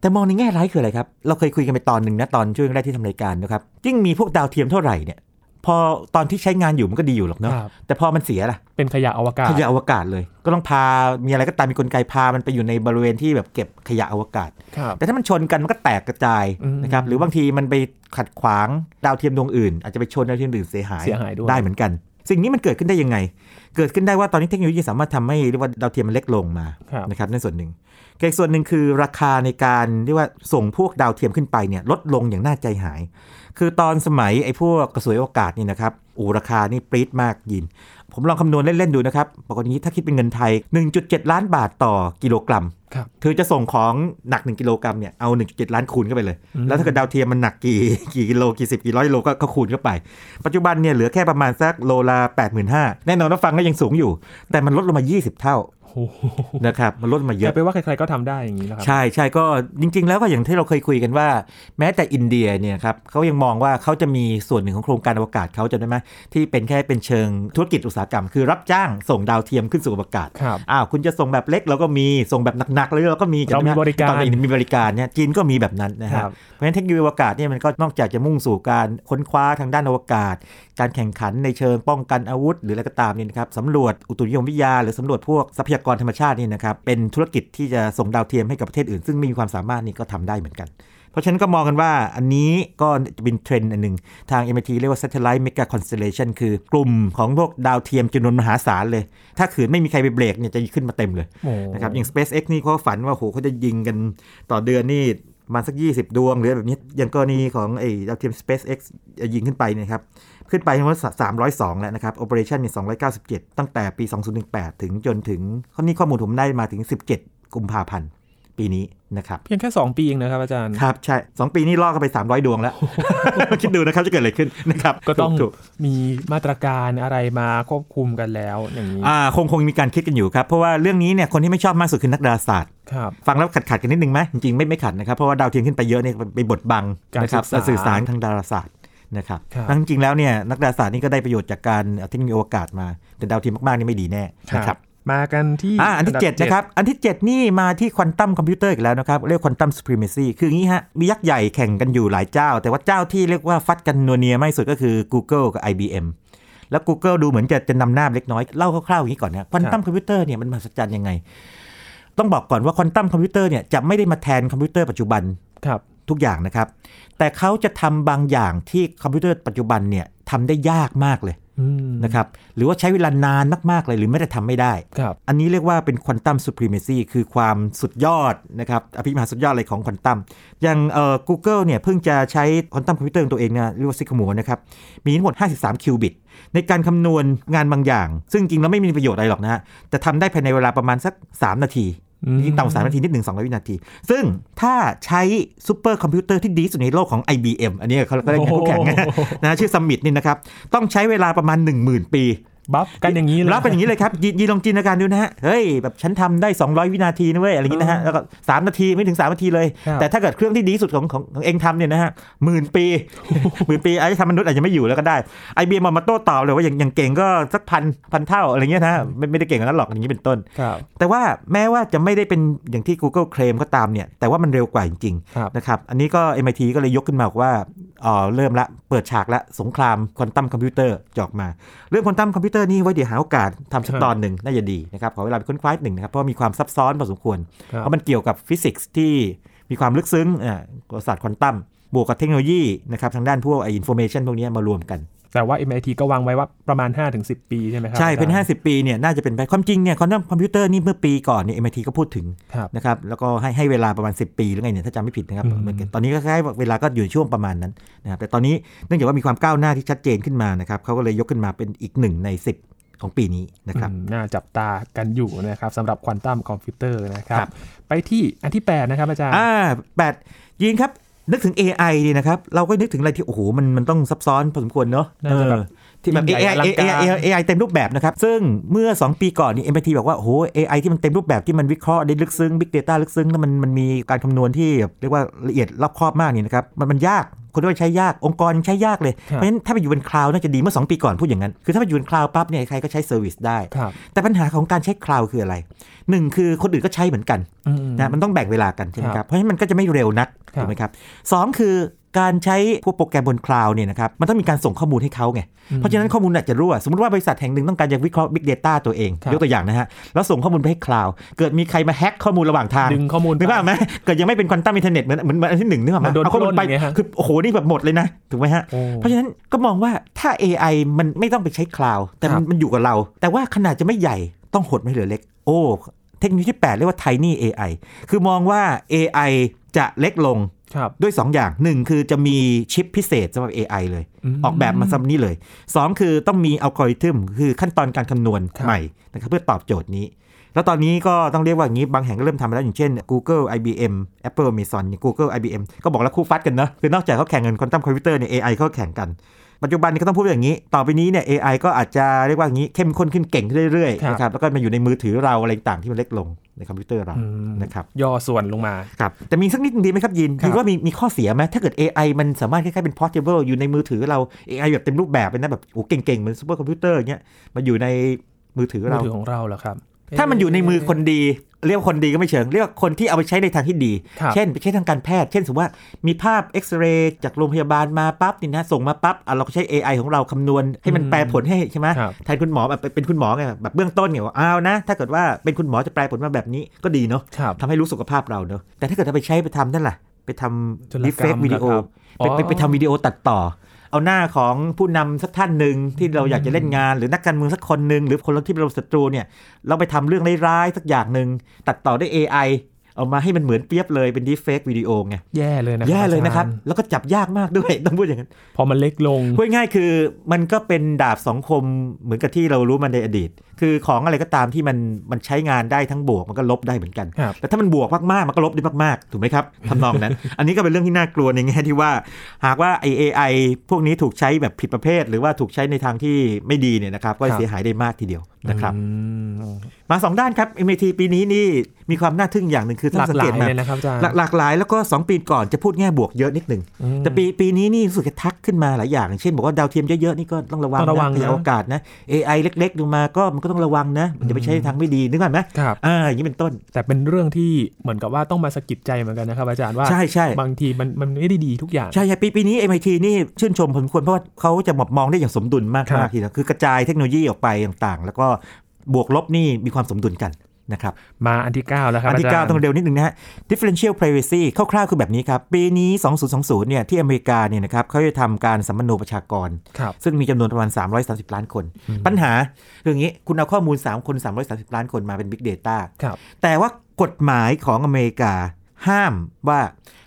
แต่มองในแง่ร้ายคืออะไรครับ เราเคยคุยกันไปตอนหนึ่งนะตอนช่วงแรกที่ทำรายการนะครับยิ่งมีพวกดาวเทียมเท่าไหร่เนี่ยพอตอนที่ใช้งานอยู่มันก็ดีอยู่หรอกเนาะ ครับ แต่พอมันเสียล่ะ เป็นขยะอวกาศ ขยะอวกาศเลย ก็ต้องพา มีอะไรก็ตามมีกลไกพา มันไปอยู่ในบริเวณที่แบบเก็บขยะอวกาศ ครับ แต่ถ้ามันชนกันมันก็แตกกระจาย อืม นะครับ หรือบางทีมันไปขัดขวางดาวเทียมดวงอื่น อาจจะไปชนดาวเทียมอื่นเสียหาย เสียหายด้วย ได้เหมือนกัน สิ่งนี้มันเกิดขึ้นได้ยังไง เกิดขึ้นได้ว่าตอนนี้เทคโนโลยีสามารถทำให้เรียกว่าดาวเทียมมันเล็กลงมา ครับ นะครับนั่นส่วนหนึ่งแต่อีกส่วนหนึ่งคือราคาในการเรียกว่าส่งพวกดาวเทียมขึ้นไปเนี่ยลดลงอย่างน่าใจหาย คือตอนสมัยไอ้พวกกระสวยอวกาศนี่นะครับอูราคานี่ปรี๊ดมากยิน ผมลองคำนวณเล่น ๆ ดูนะครับปกตินี้ถ้าคิดเป็นเงินไทย 1.7 ล้านบาทต่อกิโลกรัม ครับ คือจะส่งของหนัก 1 กิโลกรัมเนี่ยเอา 1.7 ล้านคูณเข้าไปเลย อืม แล้วถ้าเกิดดาวเทียมมันหนักกี่ กี่กิโลกี่สิบกี่ร้อยกิโลก็ก็คูณเข้าไป ปัจจุบันเนี่ยเหลือแค่ประมาณสักโลละ85,000แน่นอนว่าฟังก็ยังสูงอยู่ แต่มันลดลงมา 20 เท่า โอ้โห นะครับมันลดลงมาอเยย่า อะ ไปว่าใครๆก็ทำได้อย่างนี้แล้วครับ ใช่ใช่ก็จริง ๆ แล้วก็อย่างที่เราเคยคุยกันว่า แม้แต่อินเดียเนี่ยครับเขายังมองว่าเขาจะมีส่วนหนึ่งของโครงการอวกาศเขาจะได้ไหมที่เป็นแค่เป็นเชิงธุรกิจอุตสาหกรรม คือรับจ้างส่งดาวเทียมขึ้นสู่อวกาศ ครับ อ้าวคุณจะส่งแบบเล็กเราก็มีส่งแบบหนักๆเลยเราก็มี เรามีบริการ ตอนนี้มีบริการเนี่ยจีนก็มีแบบนั้นนะค ครั รับบ เพราะฉะนั้นเทคโนโลยีอวกาศเนี่ยมันก็นอกจากจะมุ่งสู่การค้นคว้าทางด้านอวกาศ การแข่งขันในเชิงป้องกันอาวุธ หรืออะไรก็ตามเนี่ยนะครับสำรวจอุตุนิยมวิทยา หรือสำรวจพวกทรัพยากรธรรมชาตินี่นะครับเป็นธุรกิจที่จะส่งดาวเทียมให้กับประเทศอื่น ซึ่งไม่มีความสามารถนี่ก็ทำได้เหมือนกัน เพราะฉะนั้นก็มองกันว่าอันนี้ก็จะเป็นเทรนด์อันหนึ่งทาง MIT เรียกว่า satellite mega constellation คือกลุ่มของพวกดาวเทียมจำนวนมหาศาลเลย ถ้าขืนไม่มีใครไปเบรกเนี่ยจะขึ้นมาเต็มเลย โอ้ นะครับอย่าง SpaceX นี่เขาฝันว่าโหเขาจะยิงกันต่อเดือนนี่ประมาณสัก 20 ดวงหรือแบบนี้อย่างกรณีของไอ้ดาวเทียม SpaceX ยิงขึ้นไปเนยครับ ขึ้นไปทั้งหมด302 แล้วนะครับ operation เนี่ย297 ตั้งแต่ปี 2018 ถึงจนถึงข้อนี้ข้อมูลผมได้มาถึง 17 กุมภาพันธ์ปีนี้นะครับ เพียงแค่สองปีเองนะครับอาจารย์ ครับ ใช่ 2 ปีนี่ล่อกันไป 300 ดวงแล้ว คิดดูนะครับ จะเกิดอะไรขึ้นนะครับ ก็ต้อง ถูก มีมาตรการอะไรมาควบคุมกันแล้วอย่างนี้ ๆอ่าคงคงมีการคิดกันอยู่ครับ เพราะว่าเรื่องนี้เนี่ยคนที่ไม่ชอบมากสุดคือนักดาราศาสตร์ ครับ ฟังแล้วขัดขัดๆกันนิดนึงไหมจริงๆ ไม่ไม่ขัดนะครับ เพราะว่าดาวเทียมขึ้นไปเยอะเนี่ยไปบดบัง การ นะครับ สื่อสาร สื่อสารทางดาราศาสตร์นะครับ ครับ ทั้งจริงๆแล้วเนี่ยนักดาราศาสตร์นี่ก็ได้ประโยชน์จากการเอาเทคโนโลยีอวกาศมา แต่ดาวเทียมมากๆนี่ไม่ดีแน่นะครับ มากันที่ อ่าอันที่ 7 นะครับ อันที่ 7 นี่มาที่ควอนตัมคอมพิวเตอร์อีกแล้วนะครับ เรียกควอนตัมส p r e m a c y คืออย่างนี้ฮะ มียักษ์ใหญ่แข่งกันอยู่หลายเจ้า แต่ว่าเจ้าที่เรียกว่าฟัดกันนัวเนียไม่สุดก็คือ Google กับ IBM แล้ว Google ดูเหมือนจะจะนำหน้าเล็กน้อย เล่าคร่าวๆอย่างนี้ก่อนนะควอนตัมคอมพิวเตอร์เนี่ยมันมหัศจรรย์ยังไง ต้องบอกก่อนว่าควอนตัมคอมพิวเตอร์เนี่ยจะไม่ได้มาแทนคอมพิวเตอร์ปัจจุบัน ครับ ทุกอย่างนะครับ แต่เขาจะทำบางอย่างที่คอมพิวเตอร์ปัจจุบันเนี่ยทำได้ยากมากเลย อืม นะครับหรือว่าใช้เวลานานมากๆเลยหรือไม่ได้ทำไม่ได้ ครับ อันนี้เรียกว่าเป็นควอนตัมซูเปอร์ a มซีคือความสุดยอดนะครับอภิมหาสุดยอดเลยของควอนตัมอย่างเอ่อ Google เนี่ยเพิ่งจะใช้ควอนตัมคอมพิวเตอร์ของตัวเองนะเรียกว่าซิกมัวนะครับ มีทั้งหมด 53 คิวบิต ในการคำนวณงานบางอย่าง ซึ่งจริงแล้วไม่มีประโยชน์อะไรหรอกนะฮะแต่ทำได้ภายในเวลาประมาณสัก 3 นาที อืม ยิ่งต่ำกว่าสามนาทีนิดหนึ่งสองร้อยวินาที ซึ่งถ้าใช้ซูเปอร์คอมพิวเตอร์ที่ดีที่สุดในโลกของ IBM อันนี้เขาก็ได้งานคู่แข่งนะนะฮะชื่อซัมมิตนี่นะครับต้องใช้เวลาประมาณ 10,000 ปี บัฟกันอย่างนี้เลย รับเป็นอย่างนี้เลยครับยียีลองจินตนาการดูนะฮะ เฮ้ย แบบฉันทำได้ 200 วินาทีนะเว้ย อะไรอย่างนี้นะฮะ แล้วก็ 3 นาทีไม่ถึง 3 นาทีเลย ครับ แต่ถ้าเกิดเครื่องที่ดีที่สุดของของของเองทำเนี่ยนะฮะหมื่นปี หมื่นปีไอ้ทำมนุษย์อาจจะไม่อยู่แล้วก็ได้ไอเบียมามาโต้ตอบเลยว่าอย่างอย่างเก่งก็สักพันพันเท่าอะไรเงี้ยนะฮะไม่ไม่ได้เก่งกว่านั้นหรอกอย่างนี้เป็นต้น ครับ แต่ว่าแม้ว่าจะไม่ได้เป็นอย่างที่ Google เคลมก็ตามเนี่ยแต่ว่ามันเร็วกว่าจริงๆ ครับ นะครับ อันนี้ก็ MIT ก็เลยยกขึ้นมาบอกว่าเอ่อเริ่มละเปิดฉากละสงครามควอนตัมคอมพิวเตอร์จะออกมา เรื่องควอนตัมคอมพิวเตอร์นี่ไว้เดี๋ยวหาโอกาสทำสักตอนหนึ่งน่าจะดีนะครับ ขอเวลาไปค้นคว้าหนึ่งนะครับ เพราะมีความซับซ้อนพอสมควร ครับ เพราะมันเกี่ยวกับฟิสิกส์ที่มีความลึกซึ้งอ่าประวัติศาสตร์ควอนตัมบวกกับเทคโนโลยีนะครับทางด้านพวกไอินโฟเมชันพวกเนี้ยมารวมกัน แต่ว่า MIT ก็วางไว้ว่าประมาณ 5-10 ปีใช่ไหมครั ใช่เป็น อาจารย์ 50 ปีเนี่ยน่าจะเป็นไปความจริงเนี่ยควอนตัมคอมพิวเตอร์นี่เมื่อปีก่อนเนี่ย MIT ก็พูดถึง ครับ นะครับแล้วก็ให้ให้เวลาประมาณ 10 ปีหรือไงเนี่ยถ้าจำไม่ผิดนะครับ อืม เหมือนกันตอนนี้ก็คล้ายๆเวลาก็อยู่ในช่วงประมาณนั้นนะครับแต่ตอนนี้เนื่องจากว่ามีความก้าวหน้าที่ชัดเจนขึ้นมานะครับเขาก็เลยยกขึ้นมาเป็นอีกหนึ่งใน 10 ของปีนี้นะครับ อืมน่าจับตากันอยู่นะครับสำหรับควอนตัมคอมพิวเตอร์นะครับ ครับ ไปที่อันที่ 8 นะครับอาจารย์ อ่าแปดยีนครับ นึกถึง AI ดีนะครับ เราก็นึกถึงอะไรที่ โอ้โห มันมันต้องซับซ้อนพอสมควรเนาะ น่าจะแบบ เออที่แบบ ยิ่งใหญ่ AI อลังการ AI AI AI เต็มรูปแบบนะครับ ซึ่งเมื่อ 2 ปีก่อนนี่ MIT บอกว่าโอ้โห AI ที่มันเต็มรูปแบบที่มันวิเคราะห์ได้ลึกซึ้ง Big Data ลึกซึ้งแล้วมันมันมีการคำนวณที่แบบเรียกว่าละเอียดรอบคอบมากเนี่ยนะครับ มันมันยากคนด้วยใช้ยากองค์กรยังใช้ยากเลย ครับ เพราะฉะนั้นถ้าไปอยู่บนคลาวน่าจะดีเมื่อ 2 ปีก่อนพูดอย่างนั้นคือถ้าไปอยู่บนคลาวปั๊บเนี่ยใครก็ใช้เซอร์วิสได้ ครับ แต่ปัญหาของการใช้คลาวคืออะไรหนึ่งคือคนอื่นก็ใช้เหมือนกัน อืม นะมันต้องแบ่งเวลากันใช่ไหม ค ค รั รั บบ เพราะฉะนั้นมันก็จะไม่เร็วนัก ครับ ถูกไหมครับสองคือการใช้พวกโปรแกรมบนคลาวด์เนี่ยนะครับมันต้องมีการส่งข้อมูลให้เขาไง อืม เพราะฉะนั้นข้อมูลอาจจะรั่ว สมมติว่าบริษัทแห่งหนึ่งต้องการจะวิเคราะห์ Big Data ตัวเอง ครับ ยกตัวอย่างนะฮะ แล้วส่งข้อมูลไปให้คลาวด์เกิดมีใครมาแฮ็กข้อมูลระหว่างทาง ดึงข้อมูล นึกภาพไหมเกิดยังไม่เป็นควอนตัมอินเทอร์เน็ตเหมือนเหมือนเหมือนอันที่หนึ่งนึกภาพไหม มันโดน เอาข้อมูลไป ปล้นอย่างเงี้ยฮะ คือโอ้โหนี่แบบหมดเลยนะถูกไหมฮะ โอ้ เพราะฉะนั้นก็มองว่าถ้า AI มันไม่ต้องไปใช้คลาวด์แต่ ค มั รั น บ มันอยู่กับเรา แต่ว่าขนาดจะไม่ใหญ่ต้องหดไม่เหลือเล็ก โอ้ เทคโนโลยีที่ 8 เรียกว่า tiny AI คือมองว่า AI จะเล็กลง ครับ ด้วย 2 อย่าง 1 คือจะมีชิปพิเศษสำหรับ AI เลย ม ออกแบบมาสำหรับนี้เลย 2 คือต้องมีอัลกอริทึมคือขั้นตอนการคำนวณ ครับ ใหม่นะครับเพื่อตอบโจทย์นี้ แล้วตอนนี้ก็ต้องเรียกว่าอย่างนี้บางแห่งก็เริ่มทำไปแล้วอย่างเช่น Google IBM Apple Amazon อย่าง Google IBM ก็บอกแล้วคู่ฟัดกันเนอะคือนอกจากเขาแข่งกันควอนตัมคอมพิวเตอร์เนี่ย AI เขาแข่งกัน ปัจจุบันนี้ก็ต้องพูดอย่างนี้ ต่อไปนี้เนี่ย AI ก็อาจจะเรียกว่าอย่างนี้เข้มข้นขึ้นเก่งขึ้นเรื่อย ครับ ๆนะครับแล้วก็มาอยู่ในมือถือเราอะไรต่างๆที่มันเล็กลงในคอมพิวเตอร์เรา อืม นะครับ ย่อส่วนลงมา ครับแต่มีสักนิดนึงดีไหมครับยิน ครับ ดว่ามีมีข้อเสียไหมถ้าเกิด AI มันสามารถคล้ายๆเป็น portable อยู่ในมือถือเรา AI แบบเต็มรูปแบบเป็นนะแบบโอ้เก่งๆ เหมือนซูเปอร์คอมพิวเตอร์อย่างเงี้ยมาอยู่ในมือถือ มือ เรา ถือของเราเหรอครับ ถ้ามันอยู่ในมือคนดี เรียกว่าคนดีก็ไม่เชิง เรียกว่าคนที่เอาไปใช้ในทางที่ดี ครับ เช่นไปใช้ทางการแพทย์ เช่นสมมติว่ามีภาพเอ็กซเรย์จากโรงพยาบาลมาปั๊บนี่นะส่งมาปั๊บอ่ะเราก็ใช้ AI ของเราคำนวณให้มัน อืม แปลผลให้ใช่ไหม ครับ แทนคุณหมอแบบเป็นคุณหมอไงแบบเบื้องต้นเนี่ยว่าเอานะ ถ้าเกิดว่าเป็นคุณหมอจะแปลผลมาแบบนี้ก็ดีเนาะ ครับ ทำให้รู้สุขภาพเราเนอะแต่ถ้าเกิดเอาไปใช้ไปทำนั่นล่ะ ไปท จุล ำดี ก เฟ รร ก ม วิดีโอ เหรอครับอ๋อ ไปไปไปทำวิดีโอตัดต่อ เอาหน้าของผู้นำสักท่านหนึ่งที่เราอยากจะเล่นงาน หรือนักการเมืองสักคนหนึ่งหรือคนที่เป็นศัตรูเนี่ย เราไปทำเรื่องร้ายๆสักอย่างหนึ่งตัดต่อด้วย AI เอามาให้มันเหมือนเปรียบเลยเป็นดีเฟกวิดีโอไง แย่เลยนะ แย่เลยนะครับ อาจา แล้วก็จับยากมากด้วย ต้องพูดอย่างนั้น พอมันเล็กลง พูดง่ายๆคือมันก็เป็นดาบสองคมเหมือนกับที่เรารู้มาในอดีต คือของอะไรก็ตามที่มันมันใช้งานได้ทั้งบวกมันก็ลบได้เหมือนกัน ครับ แต่ถ้ามันบวกมากๆ มันก็ลบได้มากๆ ถูกไหมครับ ทำนองนั้น อันนี้ก็เป็นเรื่องที่น่ากลัวในแง่ที่ว่า หากว่า AI พวกนี้ถูกใช้แบบผิดประเภท หรือว่าถูกใช้ในทางที่ไม่ดีเนี่ยนะครับ ก็ ครับ เสียหายได้มากทีเดียวนะครับ อืม มา 2 ด้านครับ MIT ปีนี้นี่มีความน่าทึ่งอย่างหนึ่งคือ ห ท่า ลาน ก สัง ห เก ลา ต ย มา เลยนะครับอาจารย์ หลากหลากหลายแล้วก็ 2 ปีก่อนจะพูดแง่บวกเยอะนิดหนึ่ง อืม แต่ปีปีนี้นี่รู้สึกจะทักขึ้นมาหลายอย่างอย่างเช่นบอกว่าดาวเทียมเยอะๆนี่ก็ต้องระวัง ต้องระวัง ขยาย นะ โอกาสนะ AI เล็กๆลงมาก็มันก็ต้องระวังนะอย่าไปใช้ในทางไม่ดีนึกออกไหม ครับ อ่าอย่างนี้เป็นต้น แต่เป็นเรื่องที่เหมือนกับว่าต้องมาสะกิดใจเหมือนกันนะครับ อาจารย์ว่า ใช่ใช่ บางทีมันมันไม่ได้ดีทุกอย่าง ใช่ใช่ปีปีนี้ MIT นี่ชื่นชมผลควรเพราะว่าเขาจะมองได้อย่างสมดุลมาก ครับ มากทีเดียวคือกระจายเทคโนโลยีออกไปต่างๆ แล้วก็บวกลบนี่มีความสมดุลกัน นะครับ มาอันที่ 9 แล้วครัอันที่ 9บาจารย์ ต้องเร็วนิดหนึ่งนะฮะ differential privacy คร่าวๆคือแบบนี้ครับ ปีนี้ 2020 เนี่ย ที่อเมริกาเนี่ยนะครับเขาจะทำการสัมมโนประชากร ครับ ซึ่งมีจำนวนประมาณ 330 ล้านคน ปัญหาคืออย่างนี้ คุณเอาข้อมูล 3 คน 330 ล้านคนมาเป็น Big Data ครับ แต่ว่ากฎหมายของอเมริกา ห้ามว่า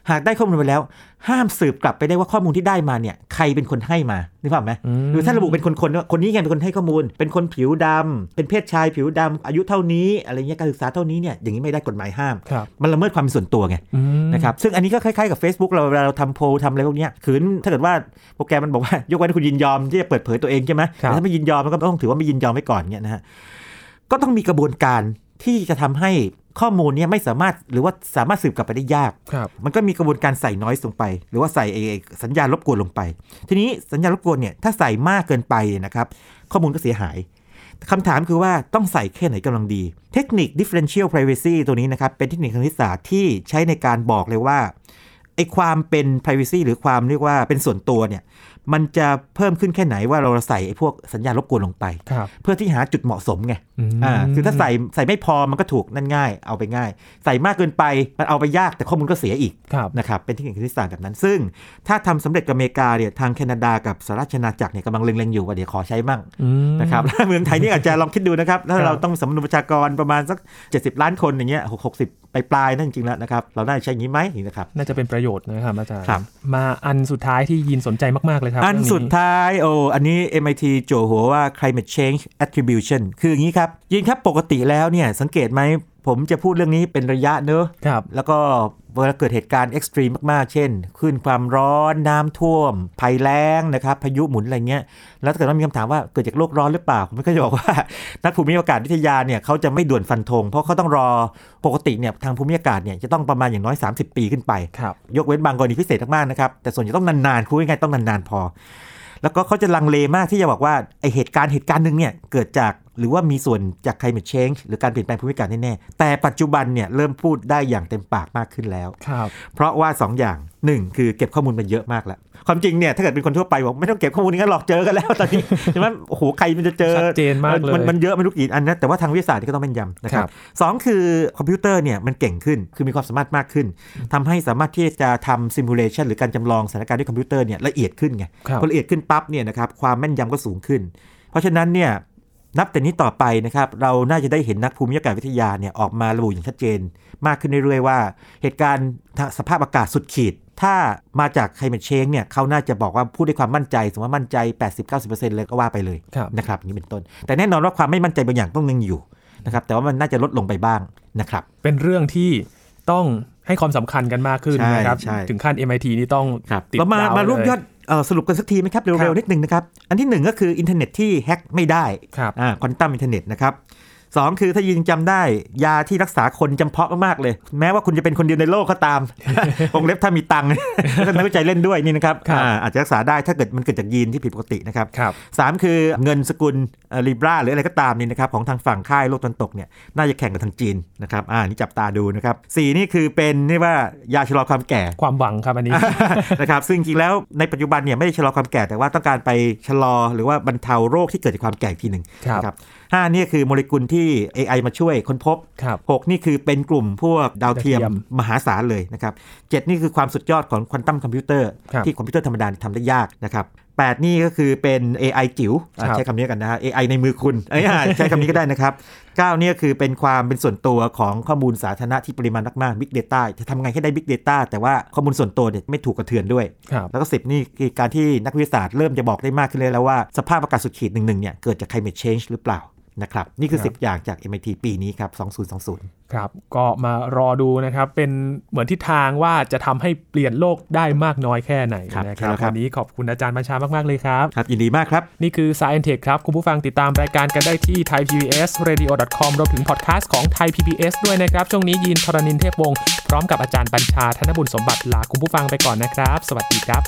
หากได้ข้อมูลมาแล้ว ห้ามสืบกลับไปได้ว่าข้อมูลที่ได้มาเนี่ยใครเป็นคนให้มานึกภาพไหม อืม หรือถ้าระบุเป็นคนคนคนนี้ไงเป็นคนให้ข้อมูล เป็นคนผิวดำเป็นเพศชายผิวดำอายุเท่านี้อะไรเงี้ยการศึกษาเท่านี้เนี่ยอย่างนี้ไม่ได้กฎหมายห้าม ครับ มันละเมิดความเป็นส่วนตัวไง อืม นะครับซึ่งอันนี้ก็คล้ายๆกับ Facebook เราเวลาเราทำโพลทำอะไรพวกเนี้ยคือถ้าเกิดว่าโปรแกรมมันบอกว่า ยกเว้นคุณยินยอมที่จะเปิดเผยตัวเองใช่ไหมแต่ถ้าไม่ยินยอมมันก็ต้องถือว่าไม่ยินยอมไว้ก่อนเนี่ยนะฮะก็ต้องมีกระบวนการที่จะทำให้ข้อมูลเนี่ยไม่สามารถหรือว่าสามารถสืบกลับไปได้ยาก ครับ มันก็มีกระบวนการใส่น้อยลงไป หรือว่าใส่ไอ้ไอ้สัญญาณรบกวนลงไป ทีนี้สัญญาณรบกวนเนี่ยถ้าใส่มากเกินไปนะครับ ข้อมูลก็เสียหายคำถามคือว่าต้องใส่แค่ไหนกำลังดี เทคนิค differential privacy ตัวนี้นะครับ เป็นเทคนิคทางนิติศาสตร์ที่ใช้ในการบอกเลยว่าไอ้ความเป็น privacy หรือความเรียกว่าเป็นส่วนตัวเนี่ยมันจะเพิ่มขึ้นแค่ไหนว่าเราใส่ไอ้พวกสัญญาณรบกวนลงไป ครับ เพื่อที่หาจุดเหมาะสมไง อืม อ่าคือถ้าใส่ใส่ไม่พอมันก็ถูกนั่นง่าย เอาไปง่าย ใส่มากเกินไปมันเอาไปยากแต่ข้อมูลก็เสียอีก ครับ นะครับเป็นเทคนิคคณิตศาสตร์แบบนั้น ซึ่งถ้าทำสำเร็จกับอเมริกาเนี่ยทางแคนาดากับสหราชอาณาจักรเนี่ยกำลังเล็งๆอยู่ว่าเดี๋ยวขอใช้มั่ง อืม นะครับ แล้วเมืองไทยนี่อาจจะลองคิดดูนะครับถ้า ครับ เราต้องสำนวนประชากรประมาณสัก 70 ล้านคนอย่างเงี้ยหกหกสิบไปปลายๆนั่นจริงๆแล้วนะครับเราน่าจะใช้อย่างนี้ไหมนี่นะครับ น่าจะเป็นประโยชน์นะครับอาจารย์ ครับ มาอันสุดท้ายที่ยินสนใจมากๆเลยครับ อัน เรื่ง สุดท้ายโออันนี้ MIT โจหัวว่า climate change attribution คืออย่างนี้ครับ ยินครับปกติแล้วเนี่ยสังเกตไหม ผมจะพูดเรื่องนี้เป็นระยะเนอะ ครับ แล้วก็เวลาเกิดเหตุการณ์เอ็กซ์ตรีมมาก ๆ เช่นคลื่นความร้อนน้ำท่วม ภัยแล้งนะครับ พายุหมุนอะไรเงี้ย แล้วถ้าเกิดว่ามีคำถามว่าเกิดจากโลกร้อนหรือเปล่า ผมก็จะบอกว่า นักภูมิอากาศวิทยาเนี่ยเขาจะไม่ด่วนฟันธงเพราะเขาต้องรอปกติเนี่ยทางภูมิอากาศเนี่ยจะต้องประมาณอย่างน้อย 30 ปีขึ้นไป ครับ ยกเว้นบางกรณีพิเศษมากๆนะครับ แต่ส่วนใหญ่ต้องนานๆคุยง่ายๆต้องนานๆพอ แล้วก็เขาจะลังเลมากที่จะบอกว่าไอเหตุการณ์เหตุการณ์หนึ่งเนี่ยเกิดจากหรือว่ามีส่วนจาก climate change หรือการเปลี่ยนแปลงภูมิอากาศแน่ๆแต่ปัจจุบันเนี่ยเริ่มพูดได้อย่างเต็มปากมากขึ้นแล้ว ครับ เพราะว่า 2 อย่าง 1 คือเก็บข้อมูลมาเยอะมากแล้ว ความจริงเนี่ยถ้าเกิดเป็นคนทั่วไปบอกไม่ต้องเก็บข้อมูลนี้ก็หลอกเจอกันแล้วตอนนี้ ใช่ไหมโอ้โหใครมันจะเจอ ชัดเจนมากเลย นมันเยอะไม่รู้กี่อันนะแต่ว่าทางวิทยาศาสตร์นี่ก็ต้องแม่นยำนะค ครั รับบ สองคือคอมพิวเตอร์เนี่ยมันเก่งขึ้นคือมีความสามารถมากขึ้นทำให้สามารถที่จะทำซิมูเลชันหรือการจำลองสถานการณ์ด้วยคอมพิวเตอร์เนี่ยละเอียดขึ้นไง ครับ พอละเอียดขึ้นปั๊บเนี่ยนะครับความแม่นยำก็สูงขึ้น เพราะฉะนั้นเนี่ยนับแต่นี้ต่อไปนะครับเราน่าจะได้เห็นนักภูมิอากาศวิทยาเนี่ยออกมาระบุอย่างชัดเจน มากขึ้นเรื่อยๆว่า เหตุการณ์ทางสภาพอากาศสุดขีด ถ้ามาจากไคลเม c เชงเนี่ยเขาน่าจะบอกว่าพูดด้วยความมั่นใจ สมมติว่ามั่นใจ 80-90%เลยก็ว่าไปเลย ครับ นะครับอย่างนี้เป็นต้น แต่แน่นอนว่าความไม่มั่นใจบางอย่างต้องยังอยู่นะครับแต่ว่ามันน่าจะลดลงไปบ้างนะครับ เป็นเรื่องที่ต้องให้ความสำคัญกันมากขึ้น ใช่ นะครับ ใช่ ถึงขั้น MIT นี่ต้องติด เรามา ดว มาร่วม เลย ยอดเอ่อสรุปกันสักทีไหมครับ ค เร็ รั ว บ ๆนิดนึงนะครับอันที่หนึ่งก็คืออินเทอร์เน็ตที่แฮ็กไม่ได้ ครับ อ่าควอนตัมอินเทอร์เน็ตนะครับสองคือถ้ายินจำได้ยาที่รักษาคนจำเพาะมากๆเลย แม้ว่าคุณจะเป็นคนเดียวในโลกก็ตาม วงเล็บถ้ามีตังค์ ถ้านักวิจัยเล่นด้วยนี่นะครับ ครับ อ่าอาจจะรักษาได้ถ้าเกิดมันเกิดจากยีนที่ผิดปกตินะครับ ครับ สามคือเงินสกุลลิบราหรืออะไรก็ตามนี่นะครับของทางฝั่งค่ายโลกตะวันตกเนี่ยน่าจะแข่งกับทางจีนนะครับอ่านี่จับตาดูนะครับสี่นี่คือเป็นเรียกว่ายาชะลอความแก่ ความหวังครับอันนี้ นะครับซึ่งจริงๆแล้วในปัจจุบันเนี่ยไม่ได้ชะลอความแก่แต่ว่าต้องการไปชะลอหรือว่าบรรเทาโรคที่เกิดจากความแก่อีกทีหนึ่ง ครับ นะห้านี่คือโมเลกุลที่ AI มาช่วยค้นพบ ครับ 6 นี่คือเป็นกลุ่มพวกดาวเทียม ดาวเทียม มหาศาลเลยนะครับเจ็ดนี่คือความสุดยอดของควอนตัมคอมพิวเตอร์ ครับ ที่คอมพิวเตอร์ธรรมดาทำได้ยากนะครับแปดนี่ก็คือเป็น AI จิ๋วอ่ะ ครับ ใช้คำนี้กันนะฮะ AI ในมือคุณ เอ้ยอ่ะใช้คำนี้ก็ได้นะครับเก้านี่ก็คือเป็นความเป็นส่วนตัวของข้อมูลสาธารณะที่ปริมาณมากๆ Big Data จะทำไงให้ได้ Big Data แต่ว่าข้อมูลส่วนตัวเนี่ยไม่ถูกกระเทือนด้วย ครับ แล้วก็ 10 นี่คือการที่นักวิทยาศาสตร์เริ่มจะบอกได้มากขึ้นเลยแล้วว่า สภาพอากาศสุดขีดหนึ่งๆเนี่ยเกิดจาก climate change หรือเปล่านะครับ นี่คือ ครับ 10 อย่างจาก MIT ปีนี้ครับ 2020 ครับ ก็มารอดูนะครับ เป็นเหมือนทิศทางว่าจะทำให้เปลี่ยนโลกได้มากน้อยแค่ไหน ครับ นะครับ ใช่แล้วครับ วันนี้ขอบคุณอาจารย์บัญชามาก ๆ เลยครับ ครับ ยินดีมากครับ นี่คือ Science Tech ครับ คุณผู้ฟังติดตามรายการกันได้ที่ thaipbsradio.com รวมถึงพอดแคสต์ของ Thai PBS ด้วยนะครับ ช่วงนี้ยินทรณินเทพวงศ์พร้อมกับอาจารย์บัญชาธนบุญสมบัติลาคุณผู้ฟังไปก่อนนะครับ สวัสดีครับ